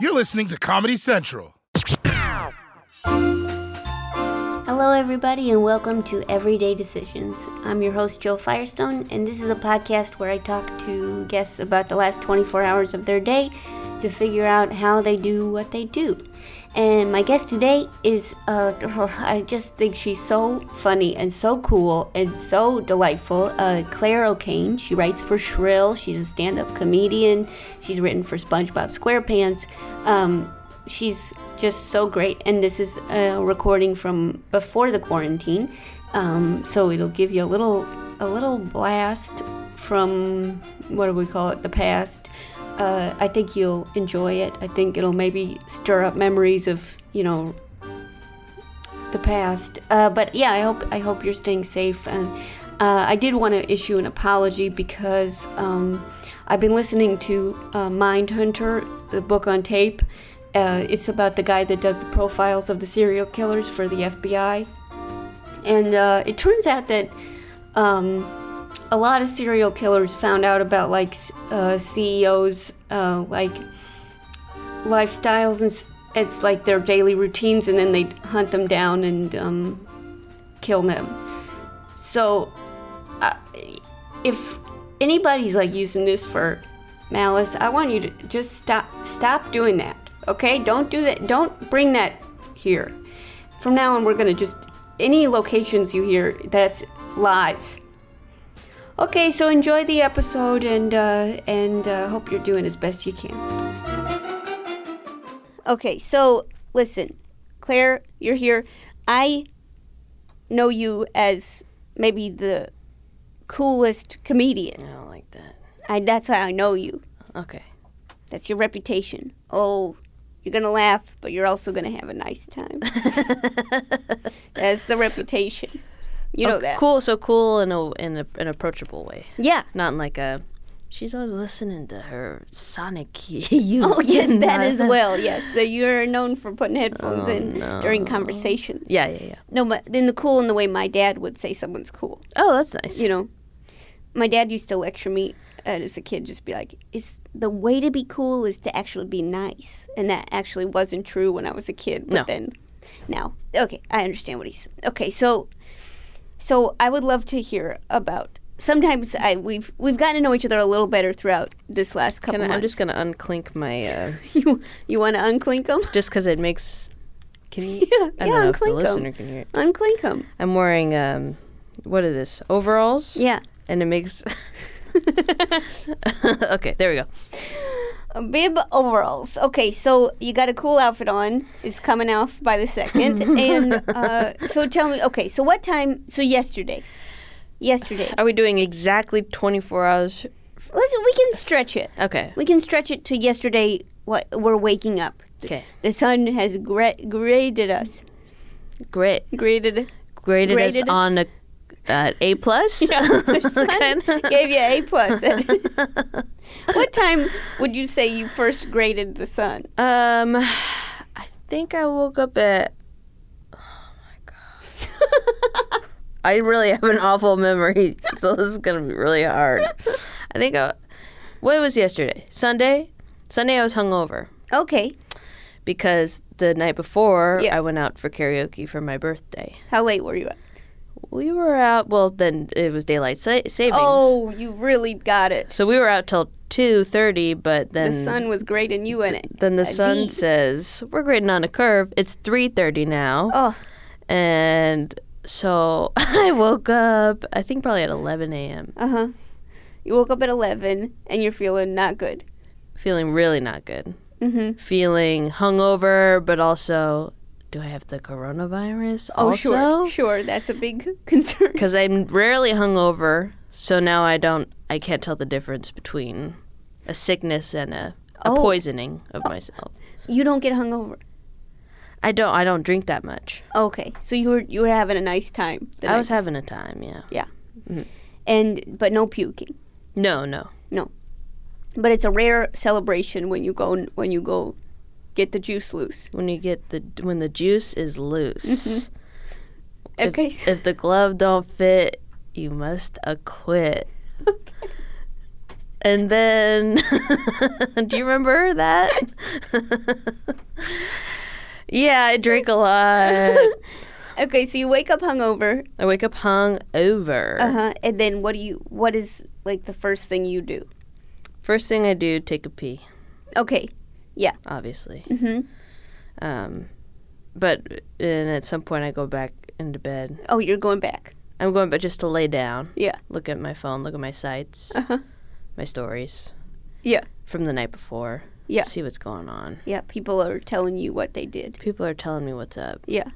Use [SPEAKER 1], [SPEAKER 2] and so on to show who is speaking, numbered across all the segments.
[SPEAKER 1] You're listening to Comedy Central.
[SPEAKER 2] Hello, everybody, and welcome to Everyday Decisions. I'm your host, Joe Firestone, and this is a podcast where I talk to guests about the last 24 hours of their day to figure out how they do what they do. And my guest today is, uh, I just think she's so funny and so cool and so delightful. Uh, Claire O'Kane. She writes for Shrill. She's a stand up comedian. She's written for SpongeBob SquarePants. Um, she's just so great. And this is a recording from before the quarantine, um, so it'll give you a little a little blast from what do we call it, the past. Uh, I think you'll enjoy it. I think it'll maybe stir up memories of you know the past. Uh, but yeah, I hope I hope you're staying safe. And uh, I did want to issue an apology because um, I've been listening to uh, Mindhunter, the book on tape. Uh, it's about the guy that does the profiles of the serial killers for the FBI, and uh, it turns out that. Um, a lot of serial killers found out about like s- uh, CEOs uh, like lifestyles and s- it's like their daily routines and then they hunt them down and um, kill them so uh, if anybody's like using this for malice i want you to just stop stop doing that okay don't do that don't bring that here from now on we're gonna just any locations you hear that's lies okay so enjoy the episode and uh, and uh, hope you're doing as best you can Okay, so listen, Claire, you're here. I know you as maybe the coolest comedian.
[SPEAKER 3] I don't like that.
[SPEAKER 2] I, that's how I know you.
[SPEAKER 3] Okay.
[SPEAKER 2] That's your reputation. Oh, you're gonna laugh, but you're also gonna have a nice time. that's the reputation. You know that.
[SPEAKER 3] Cool. So cool in a in a, an approachable way,
[SPEAKER 2] Yeah.
[SPEAKER 3] not in like a. She's always listening to her Sonic Youth.
[SPEAKER 2] Oh yes, that
[SPEAKER 3] Not-
[SPEAKER 2] as well. Yes, so you're known for putting headphones in during conversations.
[SPEAKER 3] Yeah, yeah, yeah.
[SPEAKER 2] No, but in the cool in the way my dad would say someone's cool.
[SPEAKER 3] Oh, that's nice.
[SPEAKER 2] you know, my dad used to lecture me uh, as a kid, just be like, "It's the way to be cool is to actually be nice," and that actually wasn't true when I was a kid. But
[SPEAKER 3] No.
[SPEAKER 2] then, now, okay, I understand what he's. Okay, so, so I would love to hear about. Sometimes I we've we've gotten to know each other a little better throughout this last couple.
[SPEAKER 3] Can I-
[SPEAKER 2] months.
[SPEAKER 3] I'm just gonna unclink my uh,
[SPEAKER 2] you you want to unclink them?
[SPEAKER 3] just because it makes. Can you?
[SPEAKER 2] Yeah,
[SPEAKER 3] I don't
[SPEAKER 2] yeah,
[SPEAKER 3] know if the
[SPEAKER 2] unclink 'em.
[SPEAKER 3] listener can hear. It.
[SPEAKER 2] unclink them.
[SPEAKER 3] I'm wearing um, what are this? Overalls.
[SPEAKER 2] Yeah,
[SPEAKER 3] And it makes. okay, there we go.
[SPEAKER 2] a bib overalls. Okay, so you got a cool outfit on. It's coming off by the second. and uh, so tell me, okay, so what time? So yesterday, yesterday.
[SPEAKER 3] Are we doing exactly 24 hours?
[SPEAKER 2] Let's, we can stretch it.
[SPEAKER 3] Okay.
[SPEAKER 2] We can stretch it to yesterday. What we're waking up.
[SPEAKER 3] Okay.
[SPEAKER 2] The sun has gra- graded us.
[SPEAKER 3] Great.
[SPEAKER 2] Graded.
[SPEAKER 3] graded,
[SPEAKER 2] Graded us-
[SPEAKER 3] us on a uh, A plus.
[SPEAKER 2] The sun
[SPEAKER 3] Okay.
[SPEAKER 2] gave you a plus. what time would you say you first graded the sun?
[SPEAKER 3] Um, I think I woke up at. Oh my god! I really have an awful memory, so this is gonna be really hard. I think I. What was yesterday? Sunday. Sunday I was hungover
[SPEAKER 2] Okay.
[SPEAKER 3] because the night before
[SPEAKER 2] Yeah.
[SPEAKER 3] I went out for karaoke for my birthday.
[SPEAKER 2] How late were you up?
[SPEAKER 3] We were out. Well, then it was daylight sa- savings.
[SPEAKER 2] Oh, you really got it.
[SPEAKER 3] So we were out till two thirty, but then
[SPEAKER 2] The sun was great and you in it.
[SPEAKER 3] Then the
[SPEAKER 2] Like,
[SPEAKER 3] sun
[SPEAKER 2] the-
[SPEAKER 3] says, "We're grading on a curve. It's 3:30 now."
[SPEAKER 2] Oh.
[SPEAKER 3] And so I woke up. I think probably at 11 a.m.
[SPEAKER 2] Uh huh. You woke up at 11 and you're feeling not good.
[SPEAKER 3] Feeling really not good.
[SPEAKER 2] Mhm.
[SPEAKER 3] Feeling hungover, but also, do I have the coronavirus?
[SPEAKER 2] Oh,
[SPEAKER 3] also,
[SPEAKER 2] sure. Sure, that's a big concern.
[SPEAKER 3] because I'm rarely hungover, so now I don't. I can't tell the difference between a sickness and a, a
[SPEAKER 2] Oh.
[SPEAKER 3] poisoning of myself.
[SPEAKER 2] You don't get hungover.
[SPEAKER 3] I don't. I don't drink that much.
[SPEAKER 2] Okay. So you were you were having a nice time. the
[SPEAKER 3] I
[SPEAKER 2] night-
[SPEAKER 3] was having a time. Yeah.
[SPEAKER 2] and but no puking.
[SPEAKER 3] No. No.
[SPEAKER 2] But it's a rare celebration when you go when you go get the juice loose.
[SPEAKER 3] when you get the when the juice is loose. If-
[SPEAKER 2] Okay.
[SPEAKER 3] If, the glove don't fit, you must acquit. And then, do you remember that? Yeah, I drink a lot.
[SPEAKER 2] Okay, so you wake up hungover,
[SPEAKER 3] I wake up hung over.
[SPEAKER 2] uh-huh, and then what do you? What is like the first thing you do?
[SPEAKER 3] First thing I do, take a pee,
[SPEAKER 2] Okay,
[SPEAKER 3] obviously.
[SPEAKER 2] Mhm.
[SPEAKER 3] Um, but and at some point, I go back into bed.
[SPEAKER 2] oh, you're going back.
[SPEAKER 3] I'm going, but just to lay down.
[SPEAKER 2] Yeah.
[SPEAKER 3] Look at my phone. Look at my sites. My stories.
[SPEAKER 2] Uh-huh. Yeah.
[SPEAKER 3] From the night before.
[SPEAKER 2] Yeah.
[SPEAKER 3] See what's going on.
[SPEAKER 2] Yeah, people are telling you what they did.
[SPEAKER 3] People are telling me what's up.
[SPEAKER 2] Yeah.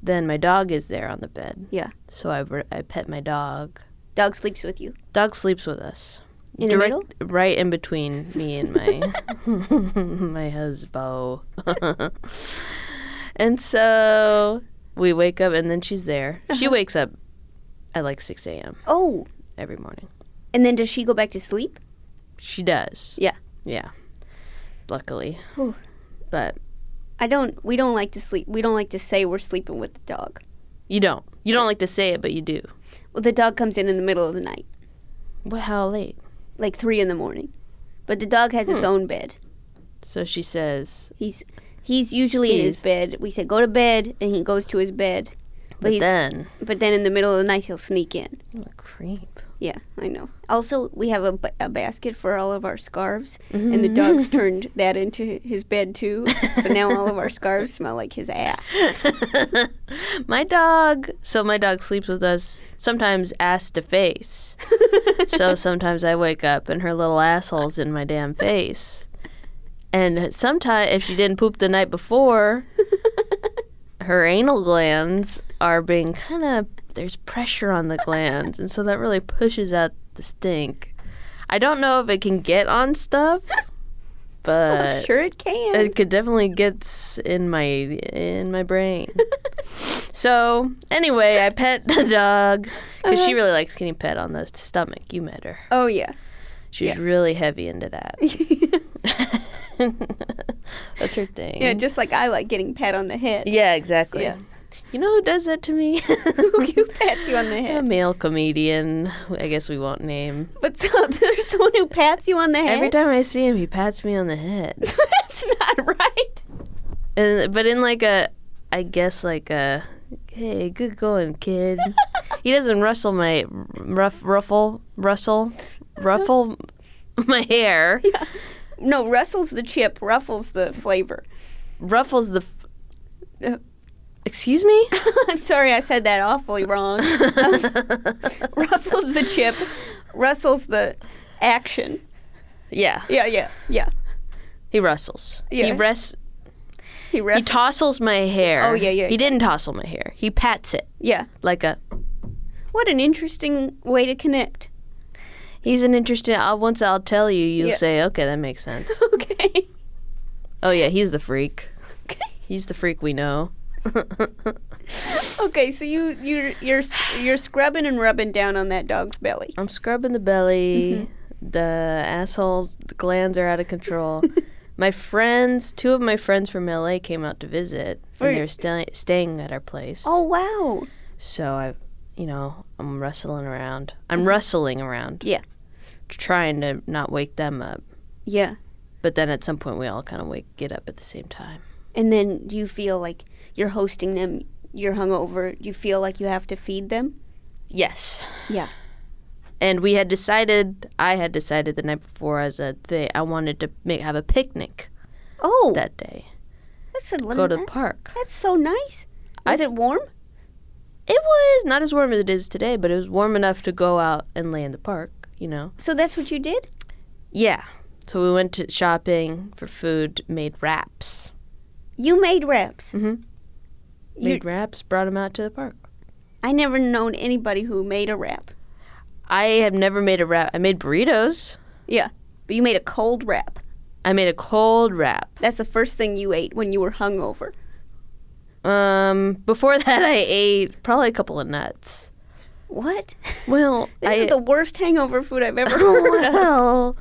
[SPEAKER 3] Then my dog is there on the bed.
[SPEAKER 2] Yeah.
[SPEAKER 3] So I, re- I pet my dog.
[SPEAKER 2] Dog sleeps with you
[SPEAKER 3] Dog sleeps with us.
[SPEAKER 2] in the
[SPEAKER 3] Direct-
[SPEAKER 2] middle.
[SPEAKER 3] Right in between me and my my husband. and so we wake up, and then she's there. She
[SPEAKER 2] Uh-huh.
[SPEAKER 3] wakes up at like 6 a.m.
[SPEAKER 2] Oh,
[SPEAKER 3] every morning.
[SPEAKER 2] and then does she go back to sleep?
[SPEAKER 3] She does.
[SPEAKER 2] Yeah.
[SPEAKER 3] Yeah. Luckily.
[SPEAKER 2] Whew.
[SPEAKER 3] But
[SPEAKER 2] I don't. We don't like to sleep. We don't like to say we're sleeping with the dog.
[SPEAKER 3] you don't. You don't like to say it, but you do.
[SPEAKER 2] Well, the dog comes in in the middle of the night,
[SPEAKER 3] What? How late?
[SPEAKER 2] like three in the morning. But the dog has
[SPEAKER 3] Hmm.
[SPEAKER 2] its own bed.
[SPEAKER 3] So she says.
[SPEAKER 2] He's he's usually in his
[SPEAKER 3] He's-
[SPEAKER 2] bed. We say go to bed, and he goes to his bed. But,
[SPEAKER 3] But
[SPEAKER 2] he's
[SPEAKER 3] then.
[SPEAKER 2] but then in the middle of the night he'll sneak in.
[SPEAKER 3] What a creep.
[SPEAKER 2] Yeah, I know. Also, we have a, ba- a basket for all of our scarves, and the
[SPEAKER 3] Mm.
[SPEAKER 2] dog's turned that into his bed too. So now all of our scarves smell like his ass.
[SPEAKER 3] My dog. So my dog sleeps with us sometimes ass to face. so sometimes I wake up and her little asshole's in my damn face. And sometimes if she didn't poop the night before, her anal glands are being kind of there's pressure on the glands, and so that really pushes out the stink. I don't know if it can get on stuff, but
[SPEAKER 2] sure, it can.
[SPEAKER 3] it could definitely gets in my in my brain. so anyway, I pet the dog because
[SPEAKER 2] Uh-huh.
[SPEAKER 3] she really likes getting pet on the stomach. You met her;
[SPEAKER 2] Oh yeah.
[SPEAKER 3] she's really heavy into that. That's her thing.
[SPEAKER 2] Yeah, just like I like getting pat on the head.
[SPEAKER 3] Yeah, exactly.
[SPEAKER 2] Yeah.
[SPEAKER 3] You know who does that to me?
[SPEAKER 2] Who pats you on the
[SPEAKER 3] A
[SPEAKER 2] head?
[SPEAKER 3] male comedian. who I guess we won't name.
[SPEAKER 2] But so, there's someone who pats you on the head.
[SPEAKER 3] Every time I see him, he pats me on the head.
[SPEAKER 2] That's not right.
[SPEAKER 3] And, but in like a, I guess like a, hey, good going, kid. he doesn't rustle my ruff, ruffle, rustle, ruffle my hair.
[SPEAKER 2] No, rustles the chip, ruffles the flavor.
[SPEAKER 3] Ruffles the. f-
[SPEAKER 2] Uh.
[SPEAKER 3] Excuse me.
[SPEAKER 2] I'm sorry, I said that awfully wrong. ruffles the chip, rustles the action.
[SPEAKER 3] yeah,
[SPEAKER 2] Yeah, yeah, yeah.
[SPEAKER 3] he rustles. He
[SPEAKER 2] Yeah.
[SPEAKER 3] rest.
[SPEAKER 2] He
[SPEAKER 3] He
[SPEAKER 2] rustles.
[SPEAKER 3] tossles my hair.
[SPEAKER 2] Oh, yeah, yeah,
[SPEAKER 3] He
[SPEAKER 2] yeah.
[SPEAKER 3] didn't tossle my hair. He pats it
[SPEAKER 2] yeah.
[SPEAKER 3] like a.
[SPEAKER 2] What an interesting way to connect.
[SPEAKER 3] He's an interesting. I'll, once I'll tell you, you'll
[SPEAKER 2] Yeah.
[SPEAKER 3] say, okay, that makes sense.
[SPEAKER 2] Okay.
[SPEAKER 3] oh yeah, he's the freak.
[SPEAKER 2] Okay.
[SPEAKER 3] He's the freak we know.
[SPEAKER 2] Okay, so you you you're s- you're scrubbing and rubbing down on that dog's belly.
[SPEAKER 3] I'm scrubbing the belly.
[SPEAKER 2] Mm-hmm.
[SPEAKER 3] The asshole glands are out of control. my friends, two of my friends from LA came out to visit, and they were sta- staying at our place.
[SPEAKER 2] Oh wow.
[SPEAKER 3] So I, you know, I'm rustling around. I'm rustling around.
[SPEAKER 2] Mm-hmm. Yeah.
[SPEAKER 3] Trying to not wake them up.
[SPEAKER 2] Yeah.
[SPEAKER 3] But then at some point we all kind of wake get up at the same time.
[SPEAKER 2] And then do you feel like you're hosting them? You're hungover. Do you feel like you have to feed them?
[SPEAKER 3] Yes.
[SPEAKER 2] Yeah.
[SPEAKER 3] And we had decided, I had decided the night before as a thing, I wanted to make, have a picnic
[SPEAKER 2] Oh,
[SPEAKER 3] that day.
[SPEAKER 2] that's a
[SPEAKER 3] Go
[SPEAKER 2] little.
[SPEAKER 3] to the park.
[SPEAKER 2] that's so nice. Is it warm?
[SPEAKER 3] It was not as warm as it is today, but it was warm enough to go out and lay in the park, you know?
[SPEAKER 2] So that's what you did?
[SPEAKER 3] Yeah. So we went to shopping for food, made wraps.
[SPEAKER 2] You made wraps.
[SPEAKER 3] Mhm.
[SPEAKER 2] You,
[SPEAKER 3] Made wraps, brought them out to the park.
[SPEAKER 2] I never known anybody who made a wrap,
[SPEAKER 3] I have never made a wrap. I made burritos.
[SPEAKER 2] but you made a cold wrap.
[SPEAKER 3] I made a cold wrap.
[SPEAKER 2] That's the first thing you ate when you were hungover.
[SPEAKER 3] Um, before that, I ate probably a couple of nuts.
[SPEAKER 2] What?
[SPEAKER 3] Well,
[SPEAKER 2] This
[SPEAKER 3] I,
[SPEAKER 2] is the worst hangover food I've ever
[SPEAKER 3] Oh,
[SPEAKER 2] heard of.
[SPEAKER 3] well,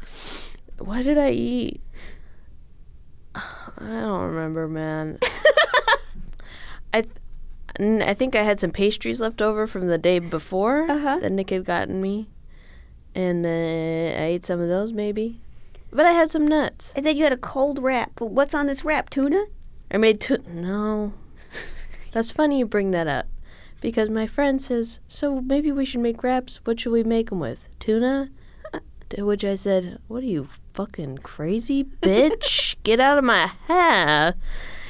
[SPEAKER 3] what did I eat? I don't remember, man. I, th- n- I think I had some pastries left over from the day before
[SPEAKER 2] Uh-huh.
[SPEAKER 3] that Nick had gotten me, and uh, I ate some of those maybe. But I had some nuts.
[SPEAKER 2] I said you had a cold wrap. But what's on this wrap? Tuna?
[SPEAKER 3] I made two. No. That's funny you bring that up. Because my friend says, so maybe we should make wraps. What should we make them with? Tuna? To which I said, what are you fucking crazy, bitch? Get out of my hair.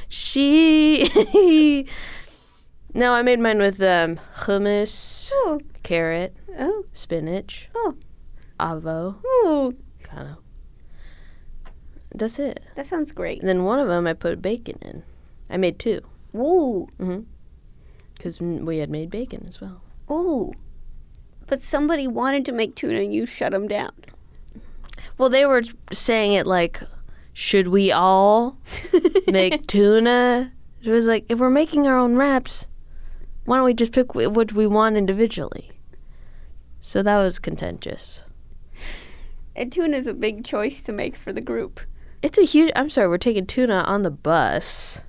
[SPEAKER 3] She. no, I made mine with um, hummus,
[SPEAKER 2] Oh,
[SPEAKER 3] carrot,
[SPEAKER 2] oh,
[SPEAKER 3] spinach,
[SPEAKER 2] Oh.
[SPEAKER 3] avo,
[SPEAKER 2] oh.
[SPEAKER 3] kind of. That's it.
[SPEAKER 2] That sounds great.
[SPEAKER 3] And then one of them I put bacon in. I made two.
[SPEAKER 2] Woo,
[SPEAKER 3] because we had made bacon as well.
[SPEAKER 2] ooh. But somebody wanted to make tuna and you shut them down.
[SPEAKER 3] Well, they were saying it like, should we all make tuna? It was like, if we're making our own wraps, why don't we just pick wh- what we want individually? So that was contentious.
[SPEAKER 2] And tuna is a big choice to make for the group.
[SPEAKER 3] It's a huge. I'm sorry, we're taking tuna on the bus.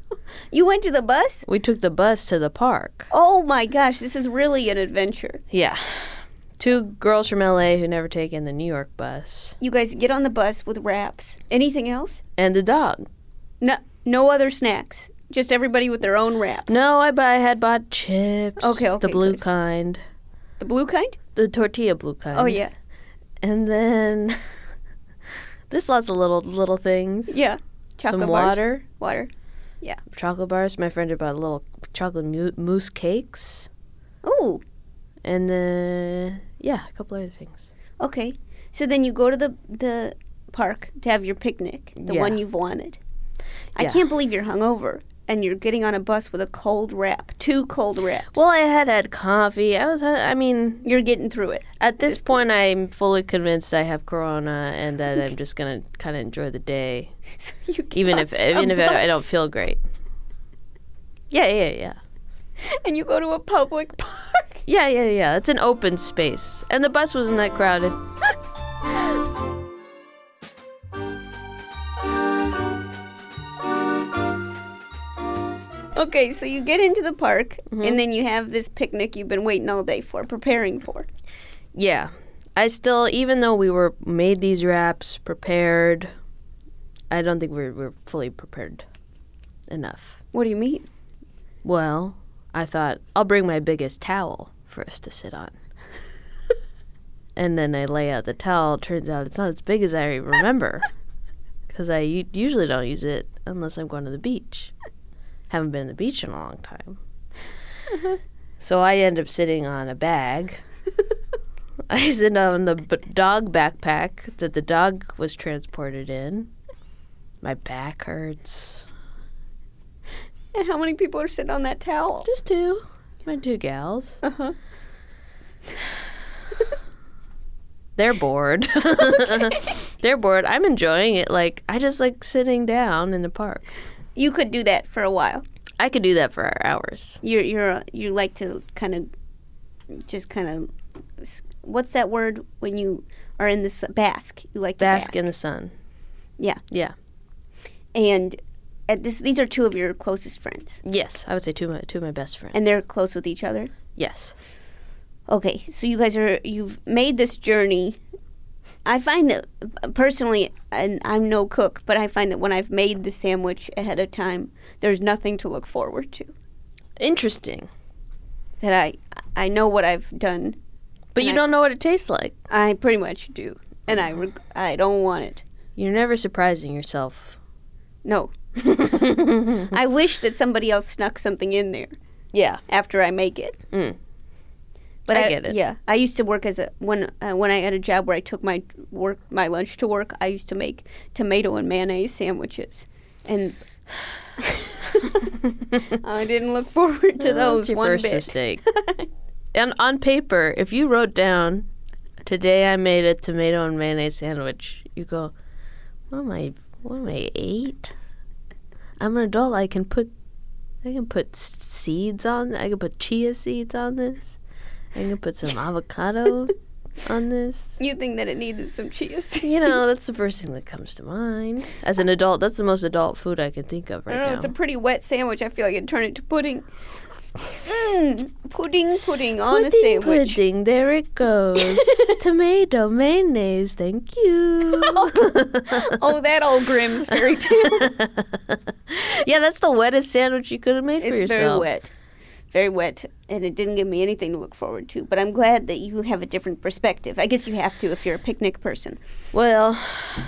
[SPEAKER 2] You went to the bus?
[SPEAKER 3] We took the bus to the park.
[SPEAKER 2] Oh my gosh, this is really an adventure.
[SPEAKER 3] Yeah. Two girls from LA who never taken the New York bus,
[SPEAKER 2] You guys get on the bus with wraps. Anything else?
[SPEAKER 3] and a dog.
[SPEAKER 2] No, no other snacks. Just everybody with their own wrap.
[SPEAKER 3] No, I, bu- I had bought chips.
[SPEAKER 2] Okay,
[SPEAKER 3] The
[SPEAKER 2] okay,
[SPEAKER 3] blue
[SPEAKER 2] good.
[SPEAKER 3] kind.
[SPEAKER 2] The blue kind?
[SPEAKER 3] the tortilla blue kind.
[SPEAKER 2] Oh yeah,
[SPEAKER 3] And then there's lots of little little things.
[SPEAKER 2] yeah. Chocolate
[SPEAKER 3] Some
[SPEAKER 2] bars.
[SPEAKER 3] water,
[SPEAKER 2] Water.
[SPEAKER 3] chocolate bars. My friend had bought little chocolate mu- mousse cakes,
[SPEAKER 2] Ooh.
[SPEAKER 3] and then yeah, a couple other things.
[SPEAKER 2] Okay. So then you go to the the park to have your picnic, the
[SPEAKER 3] Yeah.
[SPEAKER 2] one you've wanted. I
[SPEAKER 3] Yeah.
[SPEAKER 2] can't believe you're hungover and you're getting on a bus with a cold wrap, two cold wraps.
[SPEAKER 3] Well, I had had coffee. I was. uh, I mean,
[SPEAKER 2] you're getting through it.
[SPEAKER 3] at this, point, I'm fully convinced I have corona, and that I'm just gonna kind of enjoy the day,
[SPEAKER 2] So you get
[SPEAKER 3] even
[SPEAKER 2] on
[SPEAKER 3] if
[SPEAKER 2] a
[SPEAKER 3] even if I, I don't
[SPEAKER 2] bus
[SPEAKER 3] feel great. Yeah, yeah, yeah.
[SPEAKER 2] and you go to a public park.
[SPEAKER 3] Yeah, yeah, yeah. It's an open space. And the bus wasn't that crowded.
[SPEAKER 2] Okay, so you get into the park
[SPEAKER 3] Mm-hmm.
[SPEAKER 2] and then you have this picnic you've been waiting all day for, preparing for.
[SPEAKER 3] Yeah. I still, even though we were made these wraps, prepared, I don't think we were, we were fully prepared enough.
[SPEAKER 2] What do you mean?
[SPEAKER 3] Well, I thought, I'll bring my biggest towel for us to sit on. and then I lay out the towel. Turns out it's not as big as I remember. Because I u- usually don't use it unless I'm going to the beach. Haven't been to the beach in a long time. so I end up sitting on a bag. I sit on the b- dog backpack that the dog was transported in. My back hurts.
[SPEAKER 2] And how many people are sitting on that towel?
[SPEAKER 3] Just two. My two gals.
[SPEAKER 2] Uh-huh.
[SPEAKER 3] They're bored. They're bored. I'm enjoying it. Like I just like sitting down in the park.
[SPEAKER 2] You could do that for a while.
[SPEAKER 3] I could do that for hours.
[SPEAKER 2] You're you're uh, you like to kind of just kind of what's that word when you are in this bask? You like to
[SPEAKER 3] Bask,
[SPEAKER 2] bask.
[SPEAKER 3] in the sun.
[SPEAKER 2] Yeah.
[SPEAKER 3] Yeah.
[SPEAKER 2] and at this, these are two of your closest friends,
[SPEAKER 3] Yes, I would say two of my two of my best friends.
[SPEAKER 2] and they're close with each other.
[SPEAKER 3] yes.
[SPEAKER 2] Okay, so you guys are you've made this journey. I find that personally, and I'm no cook, but I find that when I've made the sandwich ahead of time, there's nothing to look forward to.
[SPEAKER 3] Interesting.
[SPEAKER 2] That I I know what I've done.
[SPEAKER 3] But you
[SPEAKER 2] And I-
[SPEAKER 3] don't know what it tastes like.
[SPEAKER 2] I pretty much do, and I reg- I don't want it.
[SPEAKER 3] You're never surprising yourself.
[SPEAKER 2] No, I wish that somebody else snuck something in there
[SPEAKER 3] yeah.
[SPEAKER 2] after I make it.
[SPEAKER 3] Mm.
[SPEAKER 2] But
[SPEAKER 3] I get it.
[SPEAKER 2] Yeah, I used to work as a when uh, when I had a job where I took my work my lunch to work. I used to make tomato and mayonnaise sandwiches, and I didn't look forward to
[SPEAKER 3] Well,
[SPEAKER 2] those
[SPEAKER 3] that's your
[SPEAKER 2] one
[SPEAKER 3] first
[SPEAKER 2] bit.
[SPEAKER 3] mistake. and on paper, if you wrote down, "Today I made a tomato and mayonnaise sandwich," you go, "What am I? What am I eight? I'm an adult. I can put, I can put s- seeds on. I can put chia seeds on this. I can put some avocado on this."
[SPEAKER 2] You think that it needed some chia seeds?
[SPEAKER 3] You know, that's the first thing that comes to mind. As an adult, that's the most adult food I can think of
[SPEAKER 2] I
[SPEAKER 3] right
[SPEAKER 2] don't know.
[SPEAKER 3] now.
[SPEAKER 2] It's a pretty wet sandwich. I feel like I'd turn it to pudding. Mm, pudding, pudding on a
[SPEAKER 3] pudding,
[SPEAKER 2] sandwich.
[SPEAKER 3] pudding, there it goes. Tomato mayonnaise, thank you.
[SPEAKER 2] Oh, that old Grimm's fairy tale.
[SPEAKER 3] yeah, that's the wettest sandwich you could have made for
[SPEAKER 2] it's
[SPEAKER 3] yourself.
[SPEAKER 2] very wet. Very wet, and it didn't give me anything to look forward to. But I'm glad that you have a different perspective. I guess you have to if you're a picnic person.
[SPEAKER 3] Well,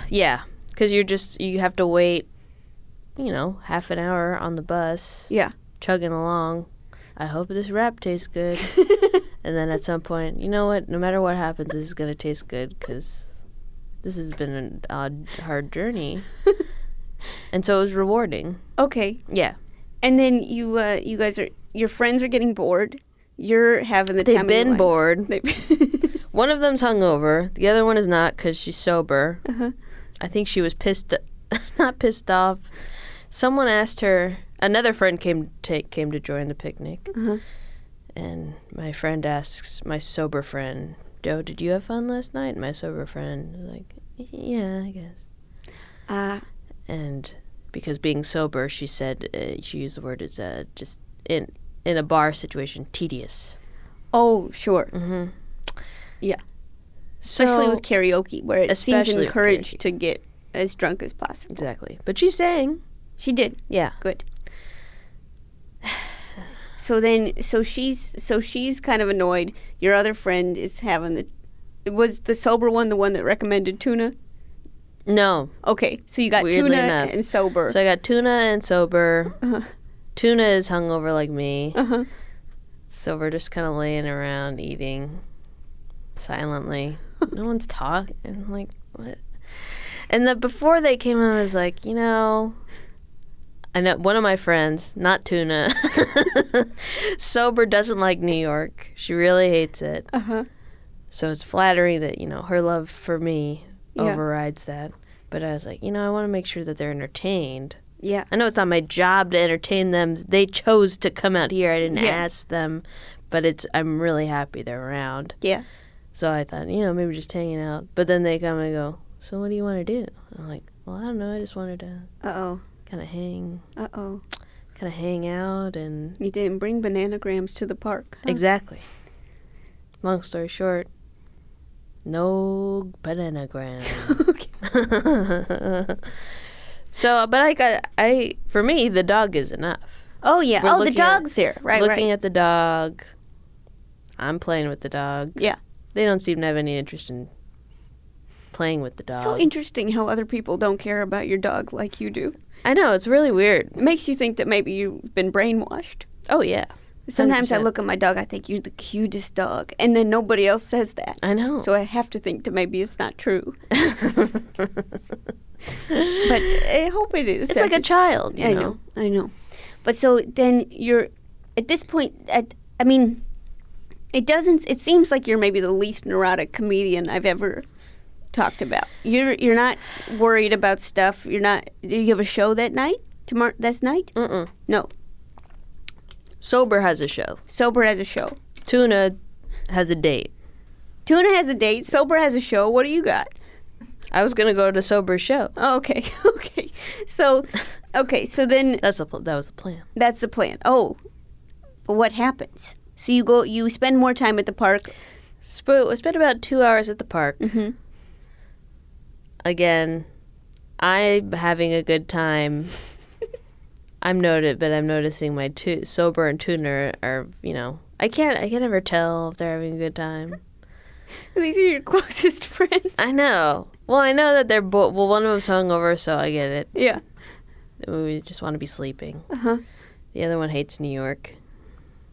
[SPEAKER 3] yeah, because you're just you have to wait, you know, half an hour on the bus,
[SPEAKER 2] Yeah.
[SPEAKER 3] chugging along. I hope this wrap tastes good. and then at some point, you know what? No matter what happens, this is gonna taste good because this has been an odd, hard journey. and so it was rewarding.
[SPEAKER 2] Okay.
[SPEAKER 3] Yeah,
[SPEAKER 2] And then you, uh, you guys are, your friends are getting bored. You're having the
[SPEAKER 3] they've
[SPEAKER 2] time. of your
[SPEAKER 3] been
[SPEAKER 2] life.
[SPEAKER 3] bored.
[SPEAKER 2] They-
[SPEAKER 3] One of them's hungover. The other one is not because she's sober. I think she was pissed, not pissed off. Someone asked her. Another friend came to, came to join the picnic, and my friend asks my sober friend, "Joe, did you have fun last night?" And my sober friend is like, "Yeah, I guess."
[SPEAKER 2] Ah.
[SPEAKER 3] And because being sober, she said uh, she used the word as uh, just in in a bar situation, tedious.
[SPEAKER 2] oh, sure. Especially
[SPEAKER 3] Mm-hmm. So-
[SPEAKER 2] with karaoke, where it seems
[SPEAKER 3] Especially with
[SPEAKER 2] encouraged to get as drunk as possible.
[SPEAKER 3] exactly, but she sang.
[SPEAKER 2] She did.
[SPEAKER 3] Yeah.
[SPEAKER 2] Good. So then, so she's so she's kind of annoyed. Your other friend is having the was the sober one the one that recommended tuna.
[SPEAKER 3] No,
[SPEAKER 2] Okay, so you got
[SPEAKER 3] Weirdly
[SPEAKER 2] tuna
[SPEAKER 3] enough.
[SPEAKER 2] and sober.
[SPEAKER 3] So I got tuna and sober. Tuna is hungover like me.
[SPEAKER 2] Uh-huh.
[SPEAKER 3] So we're just kind of laying around eating silently. no one's talking. Like what? And the before they came, I was like, you know, I know one of my friends, not tuna, sober doesn't like New York. She really hates it.
[SPEAKER 2] Uh-huh.
[SPEAKER 3] So it's flattering that you know her love for me
[SPEAKER 2] Yeah.
[SPEAKER 3] overrides that. But I was like, you know, I want to make sure that they're entertained.
[SPEAKER 2] yeah,
[SPEAKER 3] I know it's not my job to entertain them. They chose to come out here. I didn't
[SPEAKER 2] Yeah.
[SPEAKER 3] ask them, but it's I'm really happy they're around.
[SPEAKER 2] Yeah.
[SPEAKER 3] So I thought, you know, maybe just hanging out. But then they come and go. So what do you want to do? I'm like, well, I don't know. I just wanted to
[SPEAKER 2] uh oh,
[SPEAKER 3] kind of hang,
[SPEAKER 2] uh oh.
[SPEAKER 3] kind of hang out, and
[SPEAKER 2] You didn't bring bananagrams to the park. huh?
[SPEAKER 3] exactly. Long story short, no banana gram.
[SPEAKER 2] okay.
[SPEAKER 3] so, but I got I for me the dog is enough.
[SPEAKER 2] Oh yeah.
[SPEAKER 3] We're
[SPEAKER 2] oh, the
[SPEAKER 3] looking at-
[SPEAKER 2] dog's there. Right,
[SPEAKER 3] looking
[SPEAKER 2] right.
[SPEAKER 3] at the dog. I'm playing with the dog.
[SPEAKER 2] Yeah.
[SPEAKER 3] They don't seem to have any interest in playing with the dog.
[SPEAKER 2] so interesting how other people don't care about your dog like you do.
[SPEAKER 3] I know, it's really weird.
[SPEAKER 2] It makes you think that maybe you've been brainwashed.
[SPEAKER 3] Oh, yeah.
[SPEAKER 2] Sometimes I
[SPEAKER 3] 100%.
[SPEAKER 2] look at my dog, I think you're the cutest dog, and then nobody else says that.
[SPEAKER 3] I know.
[SPEAKER 2] So I have to think that maybe it's not true. But I hope it is.
[SPEAKER 3] it's like a child, you
[SPEAKER 2] I
[SPEAKER 3] know?
[SPEAKER 2] know, I know. But so then you're at this point. At, I mean, it doesn't. It seems like you're maybe the least neurotic comedian I've ever talked about. You're you're not worried about stuff. You're not. Do you have a show that night? Tomorrow? That's night?
[SPEAKER 3] Mm-mm.
[SPEAKER 2] No.
[SPEAKER 3] Sober has a show.
[SPEAKER 2] Sober has a show.
[SPEAKER 3] Tuna has a date.
[SPEAKER 2] Tuna has a date. Sober has a show. What do you got?
[SPEAKER 3] I was going to go to Sober's show.
[SPEAKER 2] Oh, Okay, okay. So, okay, so then
[SPEAKER 3] That's the pl- That was the plan.
[SPEAKER 2] that's the plan. Oh, but what happens? So you go, you spend more time at the park.
[SPEAKER 3] Sp- I spent about two hours at the park.
[SPEAKER 2] Mhm.
[SPEAKER 3] Again, I'm having a good time. I'm noted, but I'm noticing my tu- sober and tuner are, you know, I can't, I can never tell if they're having a good time.
[SPEAKER 2] These are your closest friends.
[SPEAKER 3] I know. Well, I know that they're both. Well, one of them's hungover, so I get it.
[SPEAKER 2] Yeah.
[SPEAKER 3] We just want to be sleeping.
[SPEAKER 2] Uh-huh.
[SPEAKER 3] The other one hates New York.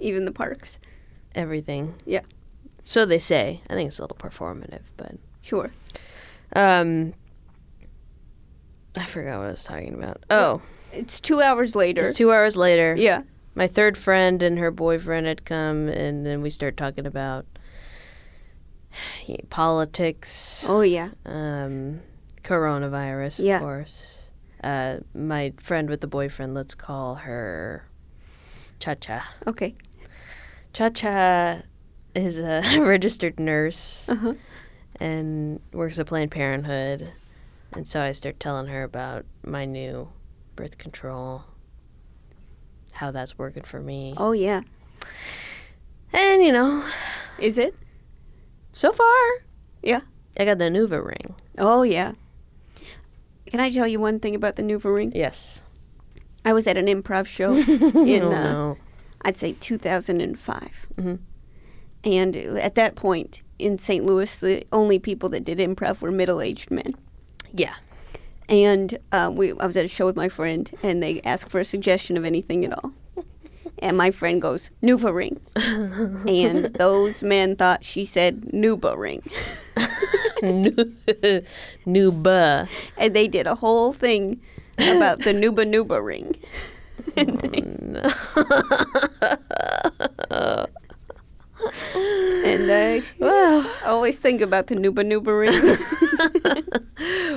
[SPEAKER 2] Even the parks.
[SPEAKER 3] Everything.
[SPEAKER 2] Yeah.
[SPEAKER 3] So they say. I think it's a little performative, but
[SPEAKER 2] Sure.
[SPEAKER 3] um, I forgot what I was talking about. Oh.
[SPEAKER 2] It's two hours later.
[SPEAKER 3] It's two hours later.
[SPEAKER 2] yeah.
[SPEAKER 3] My third friend and her boyfriend had come, and then we start talking about politics,
[SPEAKER 2] Oh, yeah.
[SPEAKER 3] um, coronavirus,
[SPEAKER 2] Yeah.
[SPEAKER 3] of course. Uh, my friend with the boyfriend, let's call her Cha Cha.
[SPEAKER 2] Okay.
[SPEAKER 3] Cha Cha is a registered nurse
[SPEAKER 2] Uh-huh.
[SPEAKER 3] and works at Planned Parenthood. And so I start telling her about my new birth control, how that's working for me
[SPEAKER 2] Oh, yeah.
[SPEAKER 3] And you know,
[SPEAKER 2] Is it?
[SPEAKER 3] so far,
[SPEAKER 2] Yeah.
[SPEAKER 3] I got the Nuva ring.
[SPEAKER 2] Oh, yeah. Can I tell you one thing about the Nuva ring?
[SPEAKER 3] Yes.
[SPEAKER 2] I was at an improv show in,
[SPEAKER 3] oh,
[SPEAKER 2] uh,
[SPEAKER 3] no.
[SPEAKER 2] I'd say 2005.
[SPEAKER 3] Mhm.
[SPEAKER 2] And at that point in St. Louis, the only people that did improv were middle aged men.
[SPEAKER 3] Yeah.
[SPEAKER 2] And uh, we, I was at a show with my friend, and they asked for a suggestion of anything at all. And my friend goes, Nuva ring. and those men thought she said Nuba ring.
[SPEAKER 3] Nu- Nuba.
[SPEAKER 2] And they did a whole thing about the Nuba Nuba ring. and they, and I
[SPEAKER 3] Wow.
[SPEAKER 2] always think about the Nuba Nuba ring.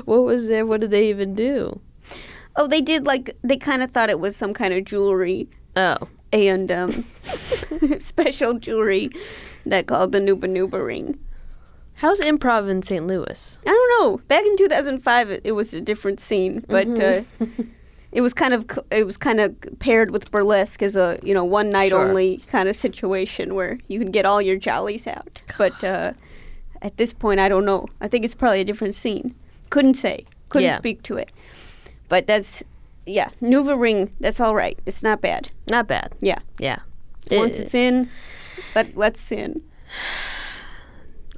[SPEAKER 3] What was there? What did they even do?
[SPEAKER 2] oh, they did like, they kind of thought it was some kind of jewelry
[SPEAKER 3] Oh.
[SPEAKER 2] and um, special jewelry that called the Nuba Nuba ring.
[SPEAKER 3] How's improv in St. Louis?
[SPEAKER 2] I don't know. Back in 2005, it, it was a different scene, but
[SPEAKER 3] Mm-hmm.
[SPEAKER 2] uh, it was kind of co- it was kind of paired with burlesque as a you know one night
[SPEAKER 3] Sure.
[SPEAKER 2] only kind of situation where you can get all your jollies out. But uh, at this point, I don't know. I think it's probably a different scene. Couldn't say. Couldn't
[SPEAKER 3] Yeah.
[SPEAKER 2] speak to it. But that's yeah, Nuva Ring. That's all right. It's not bad.
[SPEAKER 3] Not bad.
[SPEAKER 2] Yeah.
[SPEAKER 3] Yeah.
[SPEAKER 2] Once
[SPEAKER 3] It-
[SPEAKER 2] it's in, let let's in.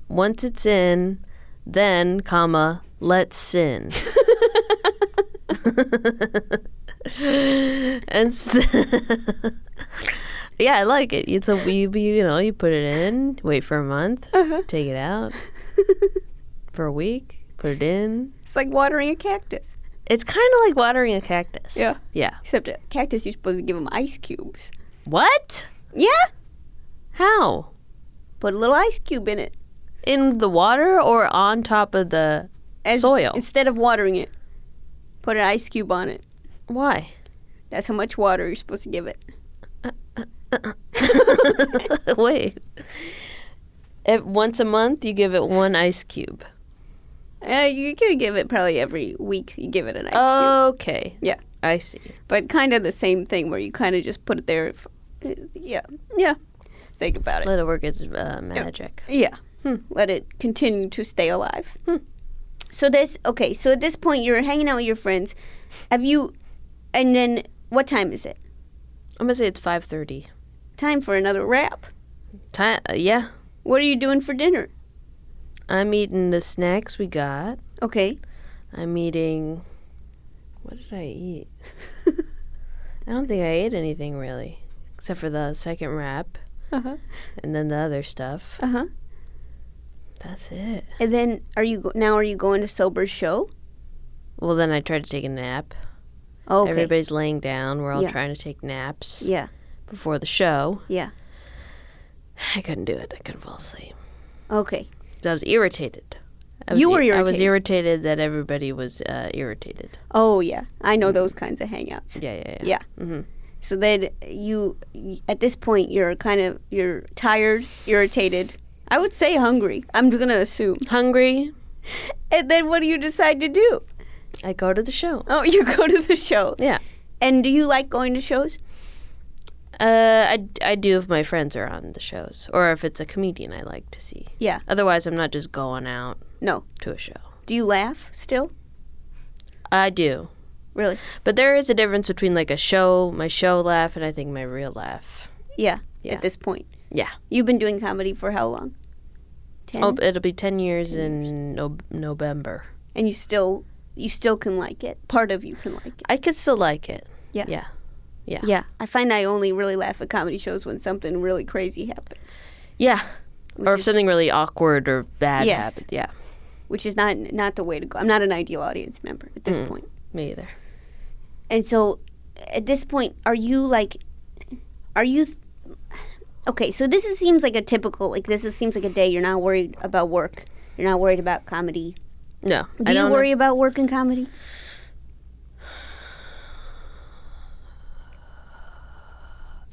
[SPEAKER 3] once it's in, then, comma, let's sin. and s yeah, I like it. It's a you, you know you put it in, wait for a month, take it out for a week, put it in.
[SPEAKER 2] It's like watering a cactus.
[SPEAKER 3] It's kind of like watering a cactus.
[SPEAKER 2] Yeah.
[SPEAKER 3] Yeah.
[SPEAKER 2] Except a cactus, you're supposed to give them ice cubes.
[SPEAKER 3] What?
[SPEAKER 2] Yeah.
[SPEAKER 3] How?
[SPEAKER 2] Put a little ice cube in it.
[SPEAKER 3] In the water or on top of the
[SPEAKER 2] As-
[SPEAKER 3] soil?
[SPEAKER 2] Instead of watering it, put an ice cube on it.
[SPEAKER 3] Why?
[SPEAKER 2] That's how much water you're supposed to give it.
[SPEAKER 3] Wait. If once a month, you give it one ice cube.
[SPEAKER 2] Uh, you could give it probably every week. You give it an ice
[SPEAKER 3] Oh.
[SPEAKER 2] cube,
[SPEAKER 3] Okay.
[SPEAKER 2] Yeah.
[SPEAKER 3] I see.
[SPEAKER 2] but kind of the same thing where you kind of just put it there. If, uh, yeah, yeah. Think about it.
[SPEAKER 3] Let it work its uh, magic.
[SPEAKER 2] yeah. Hmm. Let it continue to stay alive.
[SPEAKER 3] Hmm.
[SPEAKER 2] So this okay. So at this point, you're hanging out with your friends. Have you? And then what time is it?
[SPEAKER 3] I'm gonna say it's five thirty.
[SPEAKER 2] Time for another wrap.
[SPEAKER 3] Time. Uh, yeah.
[SPEAKER 2] What are you doing for dinner?
[SPEAKER 3] I'm eating the snacks we got.
[SPEAKER 2] Okay.
[SPEAKER 3] I'm eating. What did I eat? I don't think I ate anything really, except for the second wrap,
[SPEAKER 2] Uh-huh.
[SPEAKER 3] and then the other stuff.
[SPEAKER 2] Uh huh.
[SPEAKER 3] That's it.
[SPEAKER 2] And then are you go- now? Are you going to sober show?
[SPEAKER 3] Well, then I tried to take a nap.
[SPEAKER 2] Okay.
[SPEAKER 3] Everybody's laying down. We're all
[SPEAKER 2] Yeah.
[SPEAKER 3] trying to take naps.
[SPEAKER 2] Yeah.
[SPEAKER 3] before the show.
[SPEAKER 2] Yeah.
[SPEAKER 3] I couldn't do it. I couldn't fall asleep.
[SPEAKER 2] Okay.
[SPEAKER 3] 'Cause I was irritated. I was
[SPEAKER 2] You were
[SPEAKER 3] I was
[SPEAKER 2] irritated.
[SPEAKER 3] irritated that everybody was uh, irritated.
[SPEAKER 2] Oh yeah, I know those kinds of hangouts.
[SPEAKER 3] Yeah, yeah, Mm-hmm. yeah.
[SPEAKER 2] Yeah. So then you, y- at this point, you're kind of you're tired, irritated. I would say hungry. I'm gonna assume.
[SPEAKER 3] Hungry.
[SPEAKER 2] And then what do you decide to do?
[SPEAKER 3] I go to the show.
[SPEAKER 2] Oh, you go to the show.
[SPEAKER 3] Yeah.
[SPEAKER 2] And do you like going to shows?
[SPEAKER 3] Uh, I, I do if my friends are on the shows or if it's a comedian I like to see.
[SPEAKER 2] Yeah.
[SPEAKER 3] Otherwise, I'm not just going out
[SPEAKER 2] No.
[SPEAKER 3] to a show.
[SPEAKER 2] Do you laugh still?
[SPEAKER 3] I do.
[SPEAKER 2] Really?
[SPEAKER 3] But there is a difference between like a show, my show laugh, and I think my real laugh.
[SPEAKER 2] Yeah.
[SPEAKER 3] Yeah.
[SPEAKER 2] At this point,
[SPEAKER 3] Yeah.
[SPEAKER 2] you've been doing comedy for how long? Ten.
[SPEAKER 3] Oh, it'll be 10 years in no- November.
[SPEAKER 2] and you still you still can like it. Part of you can like it.
[SPEAKER 3] I could still like it.
[SPEAKER 2] Yeah.
[SPEAKER 3] Yeah.
[SPEAKER 2] Yeah, I find I only really laugh at comedy shows when something really crazy happens,
[SPEAKER 3] Yeah.
[SPEAKER 2] Which
[SPEAKER 3] or if
[SPEAKER 2] is-
[SPEAKER 3] something really awkward or bad
[SPEAKER 2] Yes.
[SPEAKER 3] happened. Yeah,
[SPEAKER 2] which is not not the way to go. I'm not an ideal audience member at
[SPEAKER 3] Hmm.
[SPEAKER 2] this point.
[SPEAKER 3] me either.
[SPEAKER 2] And so, at this point, are you like, are you? Okay, so this is, seems like a typical like this is, seems like a day you're not worried about work, you're not worried about comedy.
[SPEAKER 3] No.
[SPEAKER 2] Do
[SPEAKER 3] I
[SPEAKER 2] you
[SPEAKER 3] don't
[SPEAKER 2] worry about work and comedy?
[SPEAKER 3] Know.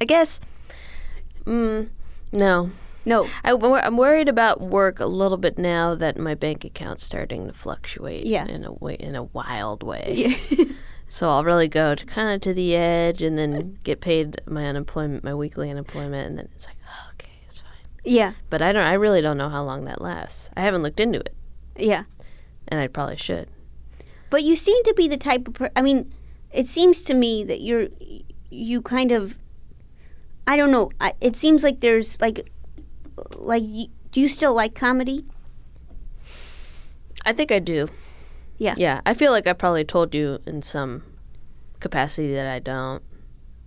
[SPEAKER 3] I guess. Mm, no.
[SPEAKER 2] No.
[SPEAKER 3] I, am worried about work a little bit now that my bank account's starting to fluctuate
[SPEAKER 2] Yeah.
[SPEAKER 3] in a way, in a wild way.
[SPEAKER 2] Yeah.
[SPEAKER 3] So I'll really go to kind of to the edge and then get paid my unemployment, my weekly unemployment, and then it's like, oh, okay, it's fine.
[SPEAKER 2] Yeah,
[SPEAKER 3] But I don't. I really don't know how long that lasts. I haven't looked into it,
[SPEAKER 2] yeah.
[SPEAKER 3] and I probably should.
[SPEAKER 2] But you seem to be the type of per- I mean, it seems to me that you're you kind of I don't know. I, it seems like there's like like you, do you still like comedy?
[SPEAKER 3] I think I do.
[SPEAKER 2] Yeah.
[SPEAKER 3] Yeah. I feel like I probably told you in some capacity that I don't,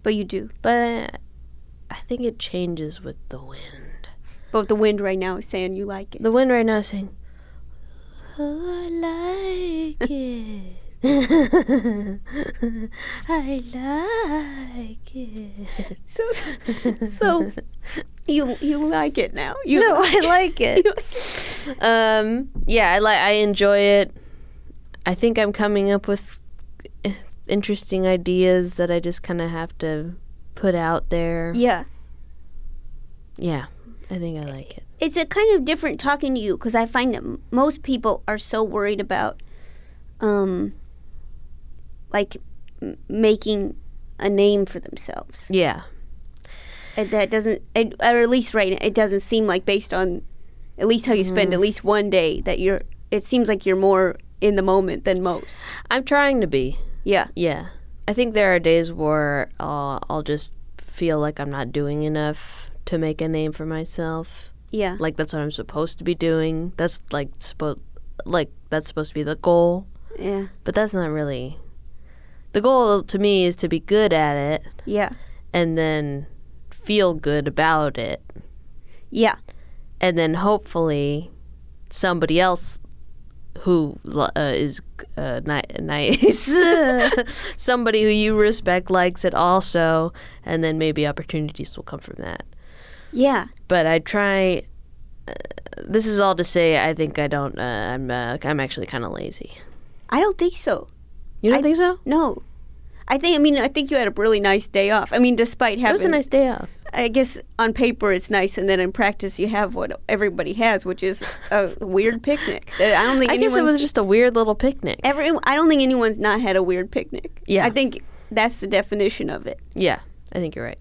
[SPEAKER 2] But you do.
[SPEAKER 3] but I think it changes with the wind.
[SPEAKER 2] But the wind right now is saying you like it.
[SPEAKER 3] The wind right now is saying, "Oh, I like it. I like it."
[SPEAKER 2] So, so you you like it now. You
[SPEAKER 3] No, I like it.
[SPEAKER 2] You-
[SPEAKER 3] um, yeah, I like. I enjoy it. I think I'm coming up with interesting ideas that I just kind of have to put out there.
[SPEAKER 2] yeah.
[SPEAKER 3] Yeah, I think I like it.
[SPEAKER 2] It's a kind of different talking to you because I find that m- most people are so worried about um like m- making a name for themselves.
[SPEAKER 3] Yeah,
[SPEAKER 2] It, uh, that doesn't it, or at least right it doesn't seem like based on at least how you spend
[SPEAKER 3] Mm-hmm.
[SPEAKER 2] at least one day that you're it seems like you're more in the moment than most.
[SPEAKER 3] I'm trying to be.
[SPEAKER 2] Yeah.
[SPEAKER 3] Yeah, I think there are days where uh, I'll just feel like I'm not doing enough to make a name for myself.
[SPEAKER 2] Yeah.
[SPEAKER 3] Like that's what I'm supposed to be doing. That's like supposed, like that's supposed to be the goal.
[SPEAKER 2] Yeah.
[SPEAKER 3] but that's not really the goal to me is to be good at it
[SPEAKER 2] Yeah.
[SPEAKER 3] and then feel good about it
[SPEAKER 2] Yeah.
[SPEAKER 3] and then hopefully somebody else who lo- uh, is uh, ni- nice somebody who you respect likes it also and then maybe opportunities will come from that
[SPEAKER 2] Yeah.
[SPEAKER 3] but I try uh, this is all to say I think I don't uh, I'm uh, I'm actually kind of lazy
[SPEAKER 2] I don't think so.
[SPEAKER 3] you don't think so
[SPEAKER 2] No. I think I mean I think you had a really nice day off. I mean despite
[SPEAKER 3] it
[SPEAKER 2] having
[SPEAKER 3] was a nice day off
[SPEAKER 2] I guess on paper it's nice and then in practice you have what everybody has which is a weird picnic. Uh, I don't think
[SPEAKER 3] I
[SPEAKER 2] anyone's
[SPEAKER 3] guess it was just a weird little picnic
[SPEAKER 2] every I don't think anyone's not had a weird picnic.
[SPEAKER 3] Yeah.
[SPEAKER 2] I think that's the definition of it.
[SPEAKER 3] Yeah, I think you're right.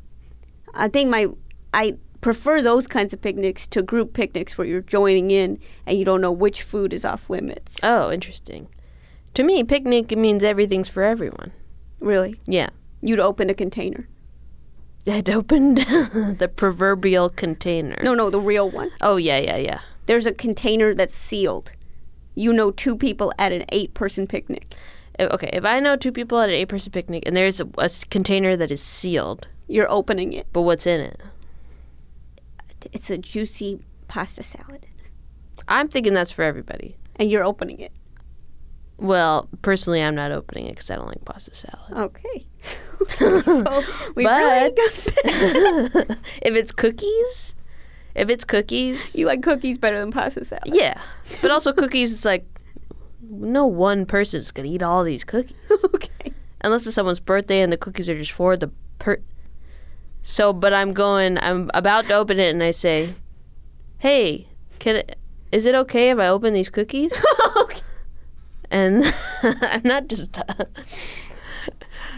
[SPEAKER 2] I think my I prefer those kinds of picnics to group picnics where you're joining in and you don't know which food is off limits.
[SPEAKER 3] Oh, interesting. To me, picnic means everything's for everyone.
[SPEAKER 2] Really?
[SPEAKER 3] Yeah.
[SPEAKER 2] You'd open a container.
[SPEAKER 3] I'd opened the proverbial container.
[SPEAKER 2] No, no, the real one.
[SPEAKER 3] Oh, yeah, yeah, yeah.
[SPEAKER 2] There's a container that's sealed. You know two people at an eight-person picnic.
[SPEAKER 3] Uh, Okay, if I know two people at an eight person picnic and there's a, a s- container that is sealed,
[SPEAKER 2] You're opening it.
[SPEAKER 3] but what's in it?
[SPEAKER 2] It's a juicy pasta salad
[SPEAKER 3] I'm thinking that's for everybody.
[SPEAKER 2] and you're opening it.
[SPEAKER 3] Well, personally, I'm not opening it because I don't like pasta salad.
[SPEAKER 2] Okay. so we really
[SPEAKER 3] But-
[SPEAKER 2] got
[SPEAKER 3] if it's cookies, if it's cookies,
[SPEAKER 2] You like cookies better than pasta salad.
[SPEAKER 3] yeah. But also cookies, it's like no one person's gonna eat all these cookies.
[SPEAKER 2] okay.
[SPEAKER 3] unless it's someone's birthday and the cookies are just for the per. So, but I'm going. I'm about to open it, and I say, "Hey, can it, is it okay if I open these cookies?"
[SPEAKER 2] okay.
[SPEAKER 3] And I'm not just.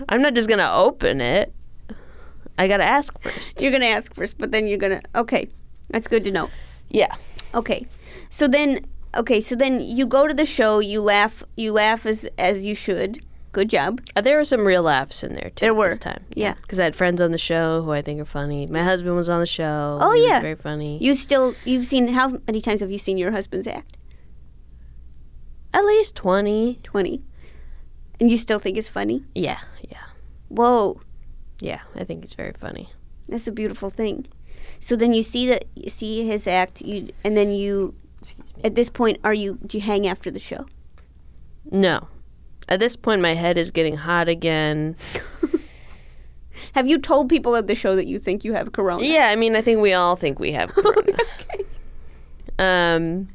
[SPEAKER 3] I'm not just gonna open it. I gotta ask first.
[SPEAKER 2] You're gonna ask first, but then you're gonna okay. That's good to know.
[SPEAKER 3] Yeah.
[SPEAKER 2] Okay. So then okay, so then you go to the show, you laugh you laugh as as you should. Good job.
[SPEAKER 3] Uh, There were some real laughs in there too.
[SPEAKER 2] There were.
[SPEAKER 3] this time.
[SPEAKER 2] Yeah.
[SPEAKER 3] Because I had friends on the show who I think are funny. My husband was on the show.
[SPEAKER 2] Oh,
[SPEAKER 3] He was
[SPEAKER 2] yeah.
[SPEAKER 3] very funny.
[SPEAKER 2] You still you've seen how many times have you seen your husband's act?
[SPEAKER 3] At least twenty.
[SPEAKER 2] Twenty. And you still think it's funny?
[SPEAKER 3] Yeah. Yeah.
[SPEAKER 2] Whoa.
[SPEAKER 3] Yeah. I think it's very funny.
[SPEAKER 2] That's a beautiful thing. So then you see that you see his act, you and then you at this point are you do you hang after the show?
[SPEAKER 3] No. At this point, my head is getting hot again.
[SPEAKER 2] Have you told people at the show that you think you have corona?
[SPEAKER 3] Yeah, I mean, I think we all think we
[SPEAKER 2] Oh,
[SPEAKER 3] have corona. Um,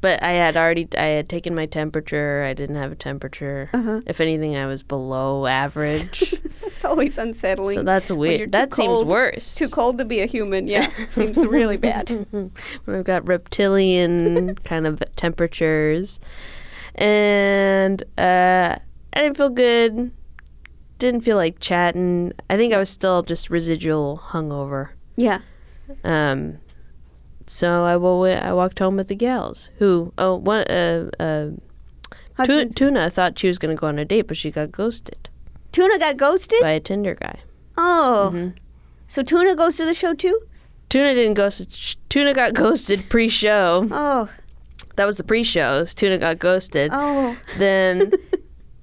[SPEAKER 3] but I had already, I had taken my temperature. I didn't have a temperature.
[SPEAKER 2] Uh-huh.
[SPEAKER 3] If anything, I was below average.
[SPEAKER 2] It's always unsettling.
[SPEAKER 3] so that's
[SPEAKER 2] when you're
[SPEAKER 3] weird. That
[SPEAKER 2] too
[SPEAKER 3] seems
[SPEAKER 2] cold-
[SPEAKER 3] worse.
[SPEAKER 2] Too cold to be a human. Yeah, seems really bad.
[SPEAKER 3] We've got reptilian kind of temperatures, and uh, I didn't feel good. didn't feel like chatting. I think I was still just residual hungover.
[SPEAKER 2] Yeah.
[SPEAKER 3] Um, so I, wa- I walked home with the gals who oh one uh, uh Tu-
[SPEAKER 2] Husbands.
[SPEAKER 3] Tuna thought she was gonna go on a date, but she got ghosted
[SPEAKER 2] Tuna got ghosted?
[SPEAKER 3] by a Tinder guy.
[SPEAKER 2] Oh.
[SPEAKER 3] Mm-hmm.
[SPEAKER 2] So Tuna goes to the show too?
[SPEAKER 3] Tuna didn't ghost. sh- Tuna got ghosted pre-show.
[SPEAKER 2] Oh.
[SPEAKER 3] That was the pre-show. Tuna got ghosted.
[SPEAKER 2] Oh.
[SPEAKER 3] Then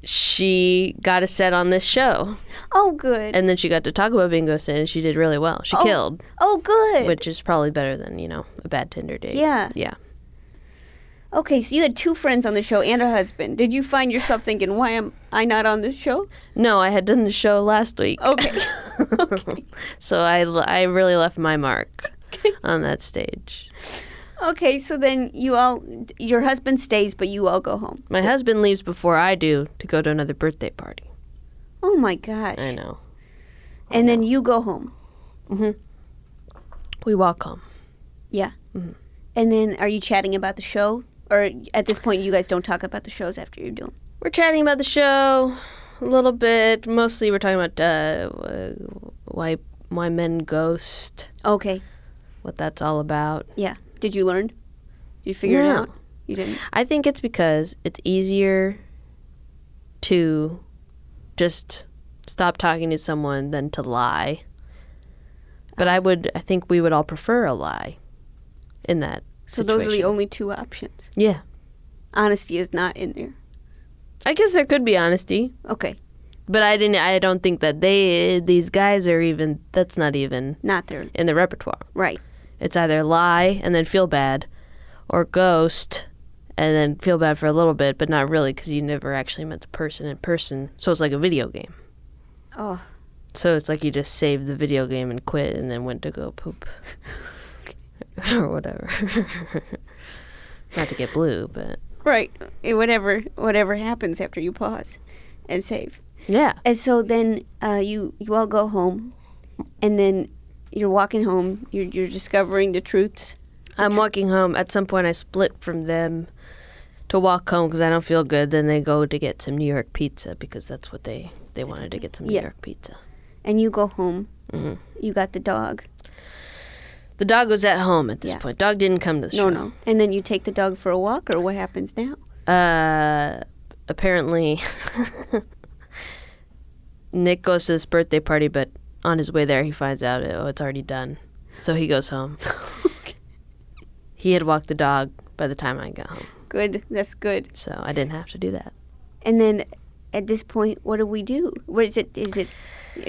[SPEAKER 3] she got a set on this show,
[SPEAKER 2] Oh, good.
[SPEAKER 3] and then she got to talk about being ghosted, and she did really well. She killed,
[SPEAKER 2] oh, good.
[SPEAKER 3] which is probably better than you know a bad Tinder date.
[SPEAKER 2] Yeah.
[SPEAKER 3] Yeah.
[SPEAKER 2] Okay, so you had two friends on the show and a husband. Did you find yourself thinking, why am I not on this show?
[SPEAKER 3] No, I had done the show last week.
[SPEAKER 2] Okay.
[SPEAKER 3] So I, l- I really left my mark on that stage.
[SPEAKER 2] okay, so then you all, your husband stays, but you all go home.
[SPEAKER 3] My husband leaves before I do to go to another birthday party.
[SPEAKER 2] Oh, my gosh.
[SPEAKER 3] I know.
[SPEAKER 2] And then you go home.
[SPEAKER 3] We walk home.
[SPEAKER 2] Yeah. And then are you chatting about the show? Or at this point, you guys don't talk about the shows after you're doing?
[SPEAKER 3] We're chatting about the show a little bit. Mostly we're talking about uh, why why men ghost,
[SPEAKER 2] Okay.
[SPEAKER 3] what that's all about.
[SPEAKER 2] Yeah. Did you learn? Did you figure it
[SPEAKER 3] No.
[SPEAKER 2] out? You didn't?
[SPEAKER 3] I think it's because it's easier to just stop talking to someone than to lie. But I would I think we would all prefer a lie in that
[SPEAKER 2] So those are the
[SPEAKER 3] situation.
[SPEAKER 2] only two options.
[SPEAKER 3] Yeah.
[SPEAKER 2] Honesty is not in there.
[SPEAKER 3] I guess there could be honesty,
[SPEAKER 2] Okay.
[SPEAKER 3] but I didn't I don't think that they these guys are even that's not even
[SPEAKER 2] Not there.
[SPEAKER 3] in the repertoire.
[SPEAKER 2] Right.
[SPEAKER 3] It's either lie and then feel bad or ghost and then feel bad for a little bit, but not really cuz you never actually met the person in person. So it's like a video game.
[SPEAKER 2] Oh.
[SPEAKER 3] So it's like you just saved the video game and quit and then went to go poop. or whatever. Not to get blue, but
[SPEAKER 2] Right. Eh, Whatever whatever happens after you pause and save.
[SPEAKER 3] yeah.
[SPEAKER 2] And so then uh, you you all go home and then you're walking home, you're you're discovering the truths.
[SPEAKER 3] I'm walking home. At some point, I split from them to walk home because I don't feel good. Then they go to get some New York pizza because that's what they, they wanted to get some New
[SPEAKER 2] Yeah.
[SPEAKER 3] York pizza.
[SPEAKER 2] And you go home. You got the dog.
[SPEAKER 3] The dog was at home at this
[SPEAKER 2] Yeah.
[SPEAKER 3] point. Dog didn't come to the
[SPEAKER 2] No,
[SPEAKER 3] show.
[SPEAKER 2] no. And then you take the dog for a walk or what happens now?
[SPEAKER 3] Uh, apparently, Nick goes to this birthday party, but on his way there, he finds out oh, it's already done. So he goes home. he had walked the dog by the time I got home,
[SPEAKER 2] Good. That's good.
[SPEAKER 3] so I didn't have to do that.
[SPEAKER 2] And then at this point, what do we do? What is it? Is it?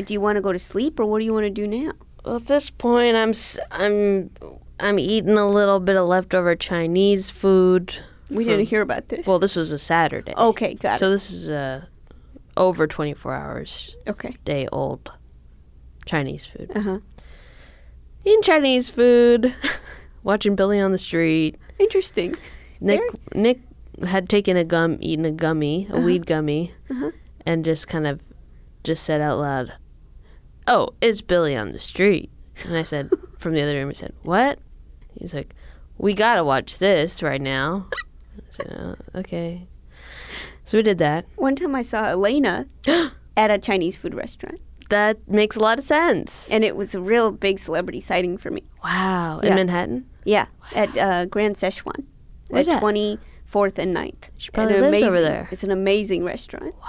[SPEAKER 2] Do you want to go to sleep or what do you want to do now?
[SPEAKER 3] Well, at this point, I'm s- I'm I'm eating a little bit of leftover Chinese food.
[SPEAKER 2] We didn't Oh, hear about this.
[SPEAKER 3] Well, this was a Saturday,
[SPEAKER 2] okay, got
[SPEAKER 3] so this is uh, over 24 hours
[SPEAKER 2] it. Okay.
[SPEAKER 3] day old Chinese food.
[SPEAKER 2] Uh-huh.
[SPEAKER 3] Eating Chinese food, watching Billy on the street.
[SPEAKER 2] Interesting.
[SPEAKER 3] Nick Nick had taken a gum, eaten a gummy,
[SPEAKER 2] Uh-huh.
[SPEAKER 3] a weed gummy, and just kind of just said out loud, "Oh, it's Billy on the street." And I said from the other room, I said, "What?" He's like, "We gotta watch this right now." I said, "Oh, "Okay." So we did that.
[SPEAKER 2] One time I saw Elena at a Chinese food restaurant,
[SPEAKER 3] That makes a lot of sense.
[SPEAKER 2] and it was a real big celebrity sighting for me.
[SPEAKER 3] Wow.
[SPEAKER 2] Yeah.
[SPEAKER 3] In Manhattan.
[SPEAKER 2] Yeah, at uh, Grand Szechuan,
[SPEAKER 3] Where's
[SPEAKER 2] at
[SPEAKER 3] that?
[SPEAKER 2] Twenty Fourth and 9th. She
[SPEAKER 3] probably lives over there.
[SPEAKER 2] It's an amazing restaurant. Wow.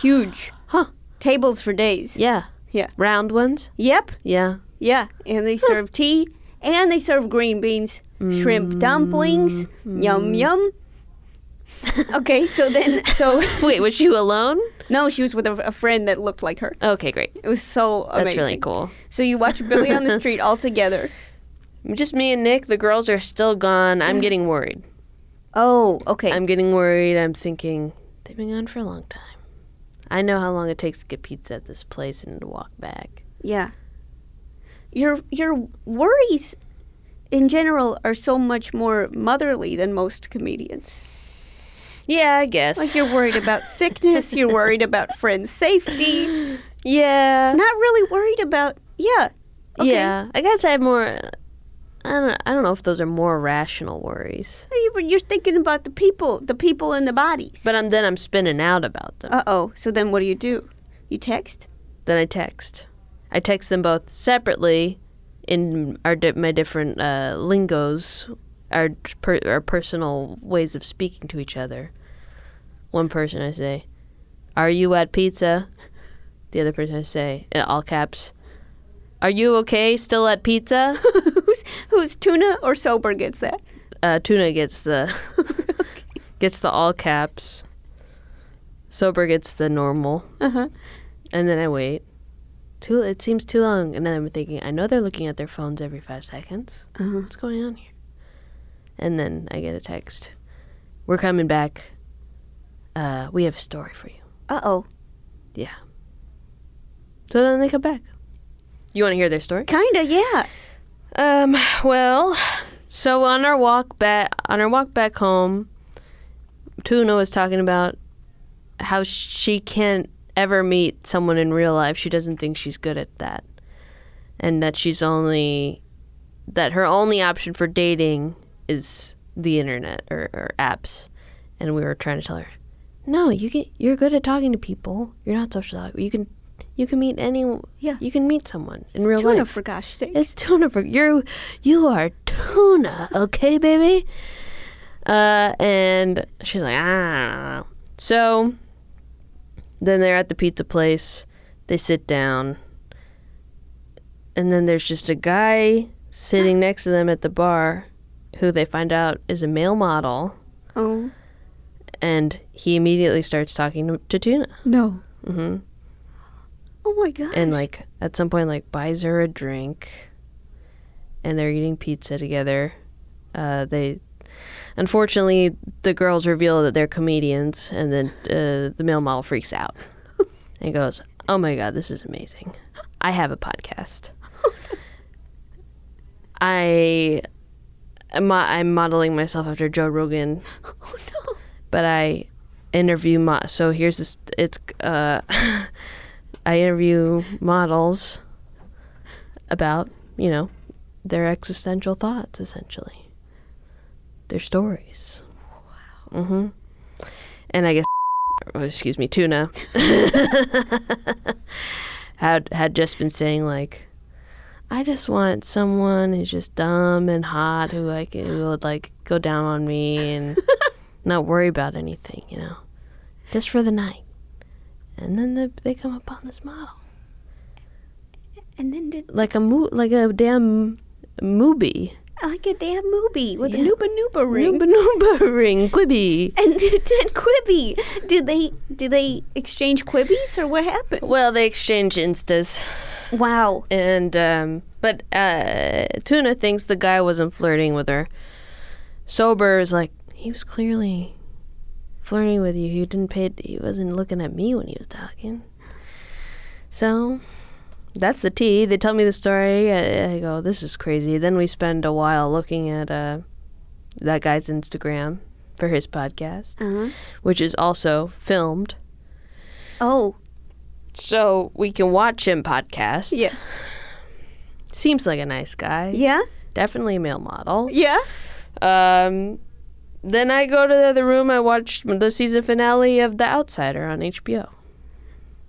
[SPEAKER 2] Huge.
[SPEAKER 3] Huh.
[SPEAKER 2] Tables for days.
[SPEAKER 3] Yeah.
[SPEAKER 2] Yeah.
[SPEAKER 3] Round ones.
[SPEAKER 2] Yep.
[SPEAKER 3] Yeah.
[SPEAKER 2] Yeah, and they serve tea, and they serve green beans, shrimp dumplings.
[SPEAKER 3] Mm.
[SPEAKER 2] Yum yum. okay, so then, so
[SPEAKER 3] Wait, was you alone?
[SPEAKER 2] no, she was with a, a friend that looked like her.
[SPEAKER 3] Okay, great.
[SPEAKER 2] It was so
[SPEAKER 3] That's
[SPEAKER 2] amazing.
[SPEAKER 3] really cool.
[SPEAKER 2] So you watch Billy on the Street all together.
[SPEAKER 3] Just me and Nick. The girls are still gone. I'm getting worried.
[SPEAKER 2] Oh, okay.
[SPEAKER 3] I'm getting worried. I'm thinking they've been gone for a long time. I know how long it takes to get pizza at this place and to walk back.
[SPEAKER 2] yeah. Your your worries, in general, are so much more motherly than most comedians.
[SPEAKER 3] Yeah, I guess.
[SPEAKER 2] Like you're worried about sickness, you're worried about friends' safety,
[SPEAKER 3] yeah,
[SPEAKER 2] not really worried about yeah. okay.
[SPEAKER 3] yeah. I guess I have more. I don't. I don't know if those are more rational worries,
[SPEAKER 2] You- But you're thinking about the people, the people in the bodies.
[SPEAKER 3] but I'm then I'm spinning out about them.
[SPEAKER 2] Uh oh. So then what do you do? You text?
[SPEAKER 3] Then I text. I text them both separately in our di- my different uh, lingos, our per- our personal ways of speaking to each other. One person I say, "Are you at pizza?" The other person I say, in all caps, "Are you okay? Still at pizza?"
[SPEAKER 2] who's who's tuna or sober gets that?
[SPEAKER 3] uh, Tuna gets the gets the all caps. Sober gets the normal.
[SPEAKER 2] Uh-huh.
[SPEAKER 3] And then I wait. Too it seems too long, and then I'm thinking, I know they're looking at their phones every five seconds.
[SPEAKER 2] Uh-huh.
[SPEAKER 3] What's going on here? And then I get a text. We're coming back. Uh, we have a story for you.
[SPEAKER 2] Uh oh.
[SPEAKER 3] So then they come back. You want to hear their story?
[SPEAKER 2] Kinda, yeah.
[SPEAKER 3] Um. Well, so on our walk back on our walk back home, Tuna was talking about how she can't ever meet someone in real life. She doesn't think she's good at that, and that she's only that her only option for dating is the internet or, or apps. And we were trying to tell her, no, you can. You're good at talking to people. You're not social. You can. You can meet any.
[SPEAKER 2] Yeah.
[SPEAKER 3] You can meet someone in real
[SPEAKER 2] tuna
[SPEAKER 3] life.
[SPEAKER 2] for gosh sake.
[SPEAKER 3] It's tuna for you. You are tuna, okay, baby. Uh, and she's like, ah. So then they're at the pizza place. They sit down, and then there's just a guy sitting next to them at the bar, who they find out is a male model,
[SPEAKER 2] oh
[SPEAKER 3] and he immediately starts talking to, to Tuna.
[SPEAKER 2] no.
[SPEAKER 3] hmm
[SPEAKER 2] Oh my gosh.
[SPEAKER 3] and like at some point like buys her a drink and they're eating pizza together uh, they unfortunately the girls reveal that they're comedians and then uh, the male model freaks out and goes oh my god this is amazing i have a podcast i I'm, I'm modeling myself after joe rogan
[SPEAKER 2] Oh no.
[SPEAKER 3] but I interview mo- so here's this it's uh I interview models about, you know, their existential thoughts essentially. Their stories. Wow. Mhm. And I guess oh, excuse me, Tuna had had just been saying like I just want someone who's just dumb and hot who I can, who would like go down on me and not worry about anything, you know, just for the night. And then the, they come upon this model,
[SPEAKER 2] And then did
[SPEAKER 3] like a mo- like a damn movie,
[SPEAKER 2] like a damn movie with a
[SPEAKER 3] Yeah.
[SPEAKER 2] nooba nooba ring.
[SPEAKER 3] Nooba Nooba ring, Quibi.
[SPEAKER 2] and did Quibby. Did they did they exchange Quibbies or what happened?
[SPEAKER 3] Well, they exchange instas,
[SPEAKER 2] Wow.
[SPEAKER 3] and um, but uh, Tuna thinks the guy wasn't flirting with her. Sober is like he was clearly flirting with you. He didn't pay. He wasn't looking at me when he was talking. So that's the tea. They tell me the story. I, I go, this is crazy. Then we spend a while looking at uh, that guy's Instagram for his podcast,
[SPEAKER 2] Uh-huh.
[SPEAKER 3] which is also filmed.
[SPEAKER 2] Oh.
[SPEAKER 3] So we can watch him podcast.
[SPEAKER 2] Yeah.
[SPEAKER 3] Seems like a nice guy.
[SPEAKER 2] Yeah?
[SPEAKER 3] Definitely a male model.
[SPEAKER 2] Yeah?
[SPEAKER 3] Um, then I go to the other room. I watch the season finale of The Outsider on HBO.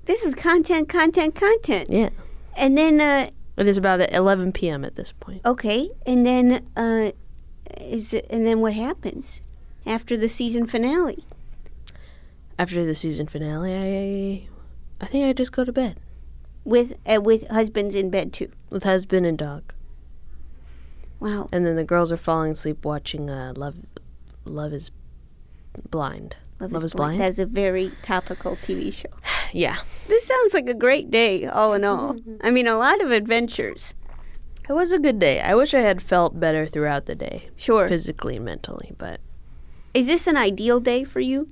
[SPEAKER 2] This is content, content, content.
[SPEAKER 3] Yeah.
[SPEAKER 2] And then uh
[SPEAKER 3] It is about 11 p.m. at this point.
[SPEAKER 2] Okay, and then uh, is it, and then what happens after the season finale?
[SPEAKER 3] After the season finale, I, I think I just go to bed
[SPEAKER 2] With uh, with husbands in bed too.
[SPEAKER 3] with husband and dog,
[SPEAKER 2] Wow.
[SPEAKER 3] and then the girls are falling asleep watching uh, Love, Love is Blind. Love is Blind?
[SPEAKER 2] That's a very topical TV show.
[SPEAKER 3] Yeah.
[SPEAKER 2] This sounds like a great day, all in all.
[SPEAKER 3] Mm-hmm.
[SPEAKER 2] I mean, a lot of adventures.
[SPEAKER 3] It was a good day. I wish I had felt better throughout the day,
[SPEAKER 2] Sure.
[SPEAKER 3] physically and mentally, but
[SPEAKER 2] Is this an ideal day for you?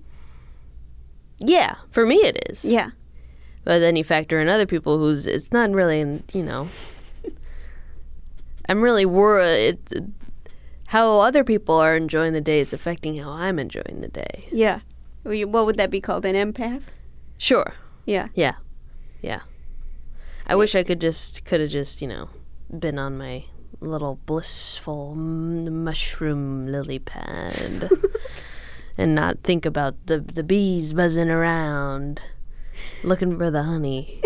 [SPEAKER 3] yeah, for me it is.
[SPEAKER 2] Yeah.
[SPEAKER 3] But then you factor in other people who's it's not really, in- you know. I'm really worried. How other people are enjoying the day is affecting how I'm enjoying the day.
[SPEAKER 2] Yeah. Well, you- What would that be called? An empath?
[SPEAKER 3] Sure.
[SPEAKER 2] Yeah.
[SPEAKER 3] Yeah. Yeah. I wish I could just could have just you know been on my little blissful m- mushroom lily pad and not think about the the bees buzzing around looking for the honey.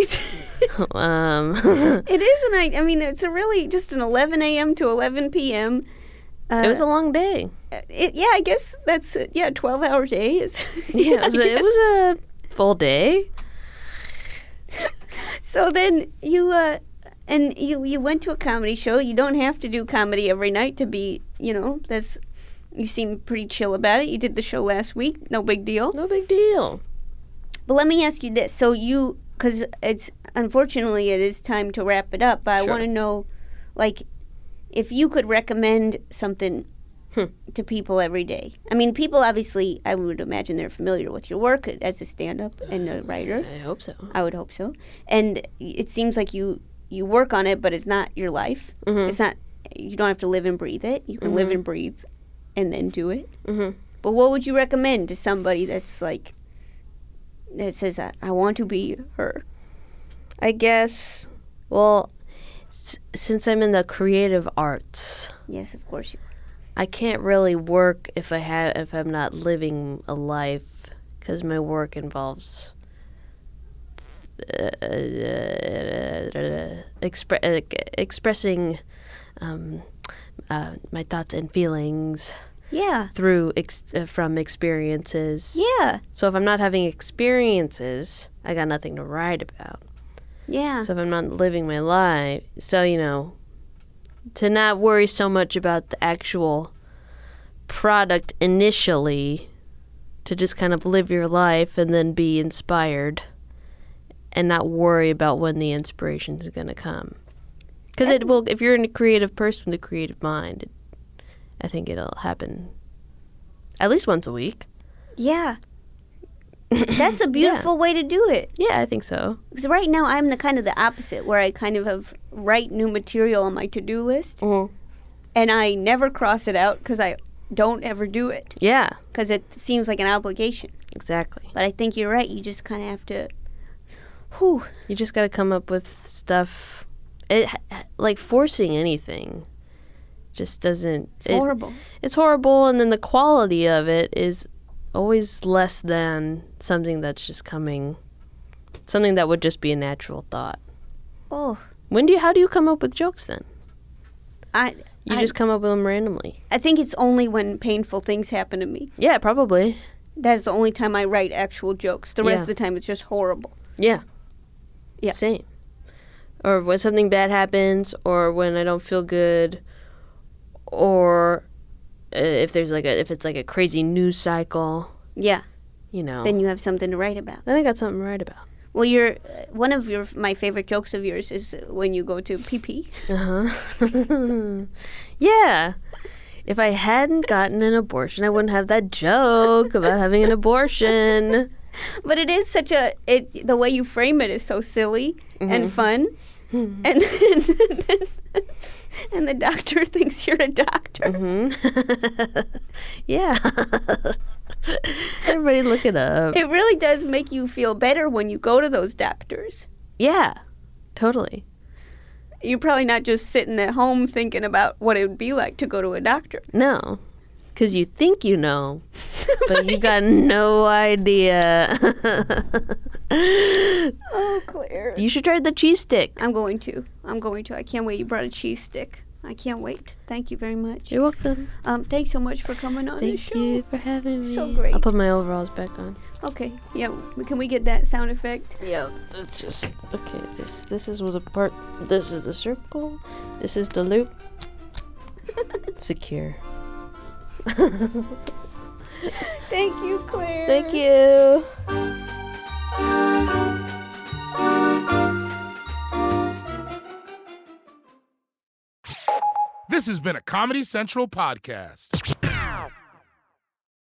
[SPEAKER 3] um,
[SPEAKER 2] It is an I, I mean, it's a really just an 11 a.m. to 11 p.m. Uh,
[SPEAKER 3] it was a long day.
[SPEAKER 2] it, yeah, I guess that's it. yeah, 12 hour day is.
[SPEAKER 3] Yeah, it was,
[SPEAKER 2] I
[SPEAKER 3] a, it
[SPEAKER 2] guess.
[SPEAKER 3] was a full day.
[SPEAKER 2] So then you uh, and you you went to a comedy show. You don't have to do comedy every night to be you know that's. You seem pretty chill about it. You did the show last week, no big deal.
[SPEAKER 3] No big deal.
[SPEAKER 2] But let me ask you this: so you, because it's unfortunately it is time to wrap it up, but I
[SPEAKER 3] Sure.
[SPEAKER 2] want to know, like, if you could recommend something
[SPEAKER 3] Hmm.
[SPEAKER 2] to people every day. I mean, people obviously, I would imagine they're familiar with your work as a stand-up and a writer.
[SPEAKER 3] I hope so.
[SPEAKER 2] I would hope so. And it seems like you you work on it, but it's not your life.
[SPEAKER 3] Mm-hmm.
[SPEAKER 2] It's not. You don't have to live and breathe it. You can live and breathe, and then do it.
[SPEAKER 3] Mhm.
[SPEAKER 2] But what would you recommend to somebody that's like that says, "I, I want to be her"?
[SPEAKER 3] I guess. Well, s- since I'm in the creative arts,
[SPEAKER 2] Yes, of course you. Are.
[SPEAKER 3] I can't really work if I have if I'm not living a life because my work involves uh, expre- uh, expressing um, uh, my thoughts and feelings
[SPEAKER 2] Yeah,
[SPEAKER 3] through ex- uh, from experiences.
[SPEAKER 2] yeah,
[SPEAKER 3] So if I'm not having experiences, I got nothing to write about.
[SPEAKER 2] yeah.
[SPEAKER 3] So if I'm not living my life, so you know, to not worry so much about the actual product initially, to just kind of live your life and then be inspired, and not worry about when the inspiration is going to come. Because it will, if you're a creative person with a creative mind, it, I think it'll happen at least once a week.
[SPEAKER 2] yeah. That's a beautiful way to do it.
[SPEAKER 3] Yeah, I think so.
[SPEAKER 2] Because right now I'm the kind of the opposite, where I kind of have write new material on my to-do list,
[SPEAKER 3] Mm-hmm.
[SPEAKER 2] and I never cross it out because I don't ever do it
[SPEAKER 3] Yeah,
[SPEAKER 2] because it seems like an obligation.
[SPEAKER 3] exactly.
[SPEAKER 2] But I think you're right. You just kind of have to. Whew.
[SPEAKER 3] You just got to come up with stuff. It like forcing anything just doesn't. It's
[SPEAKER 2] horrible.
[SPEAKER 3] It's horrible, and then the quality of it is always less than something that's just coming, something that would just be a natural thought.
[SPEAKER 2] Oh,
[SPEAKER 3] When do you? How do you come up with jokes then?
[SPEAKER 2] I.
[SPEAKER 3] You
[SPEAKER 2] I-
[SPEAKER 3] just come up with them randomly.
[SPEAKER 2] I think it's only when painful things happen to me.
[SPEAKER 3] Yeah, probably.
[SPEAKER 2] That's the only time I write actual jokes. The rest
[SPEAKER 3] Yeah.
[SPEAKER 2] of the time, it's just horrible.
[SPEAKER 3] Yeah.
[SPEAKER 2] Yeah.
[SPEAKER 3] Same. Or when something bad happens, or when I don't feel good, or uh, if there's like a if it's like a crazy news cycle,
[SPEAKER 2] Yeah.
[SPEAKER 3] you know.
[SPEAKER 2] Then you have something to write about.
[SPEAKER 3] then I got something to write about.
[SPEAKER 2] Well, you're uh, one of your my favorite jokes of yours is when you go to PP.
[SPEAKER 3] Uh
[SPEAKER 2] Uh-huh.
[SPEAKER 3] huh. yeah. If I hadn't gotten an abortion, I wouldn't have that joke about having an abortion.
[SPEAKER 2] But it is such a it the way you frame it is so silly
[SPEAKER 3] Mm-hmm.
[SPEAKER 2] and fun, and and the doctor thinks you're a doctor.
[SPEAKER 3] Hmm? yeah. Everybody look it up.
[SPEAKER 2] It really does make you feel better when you go to those doctors.
[SPEAKER 3] yeah. Totally.
[SPEAKER 2] You're probably not just sitting at home thinking about what it would be like to go to a doctor.
[SPEAKER 3] No. Because you think you know, but you got no idea.
[SPEAKER 2] Oh, Claire.
[SPEAKER 3] you should try the cheese stick.
[SPEAKER 2] I'm going to. I'm going to. I can't wait. You brought a cheese stick. I can't wait. Thank you very much.
[SPEAKER 3] You're welcome.
[SPEAKER 2] Um, thanks so much for coming on the
[SPEAKER 3] Thank
[SPEAKER 2] show.
[SPEAKER 3] you for having me.
[SPEAKER 2] So great.
[SPEAKER 3] I'll put my overalls back on.
[SPEAKER 2] Okay. Yeah. Can we get that sound effect?
[SPEAKER 3] Yeah, that's just okay. This this is was a part. This is the circle. This is the loop. Secure.
[SPEAKER 2] Thank you, Claire.
[SPEAKER 3] Thank you.
[SPEAKER 1] This has been a Comedy Central podcast.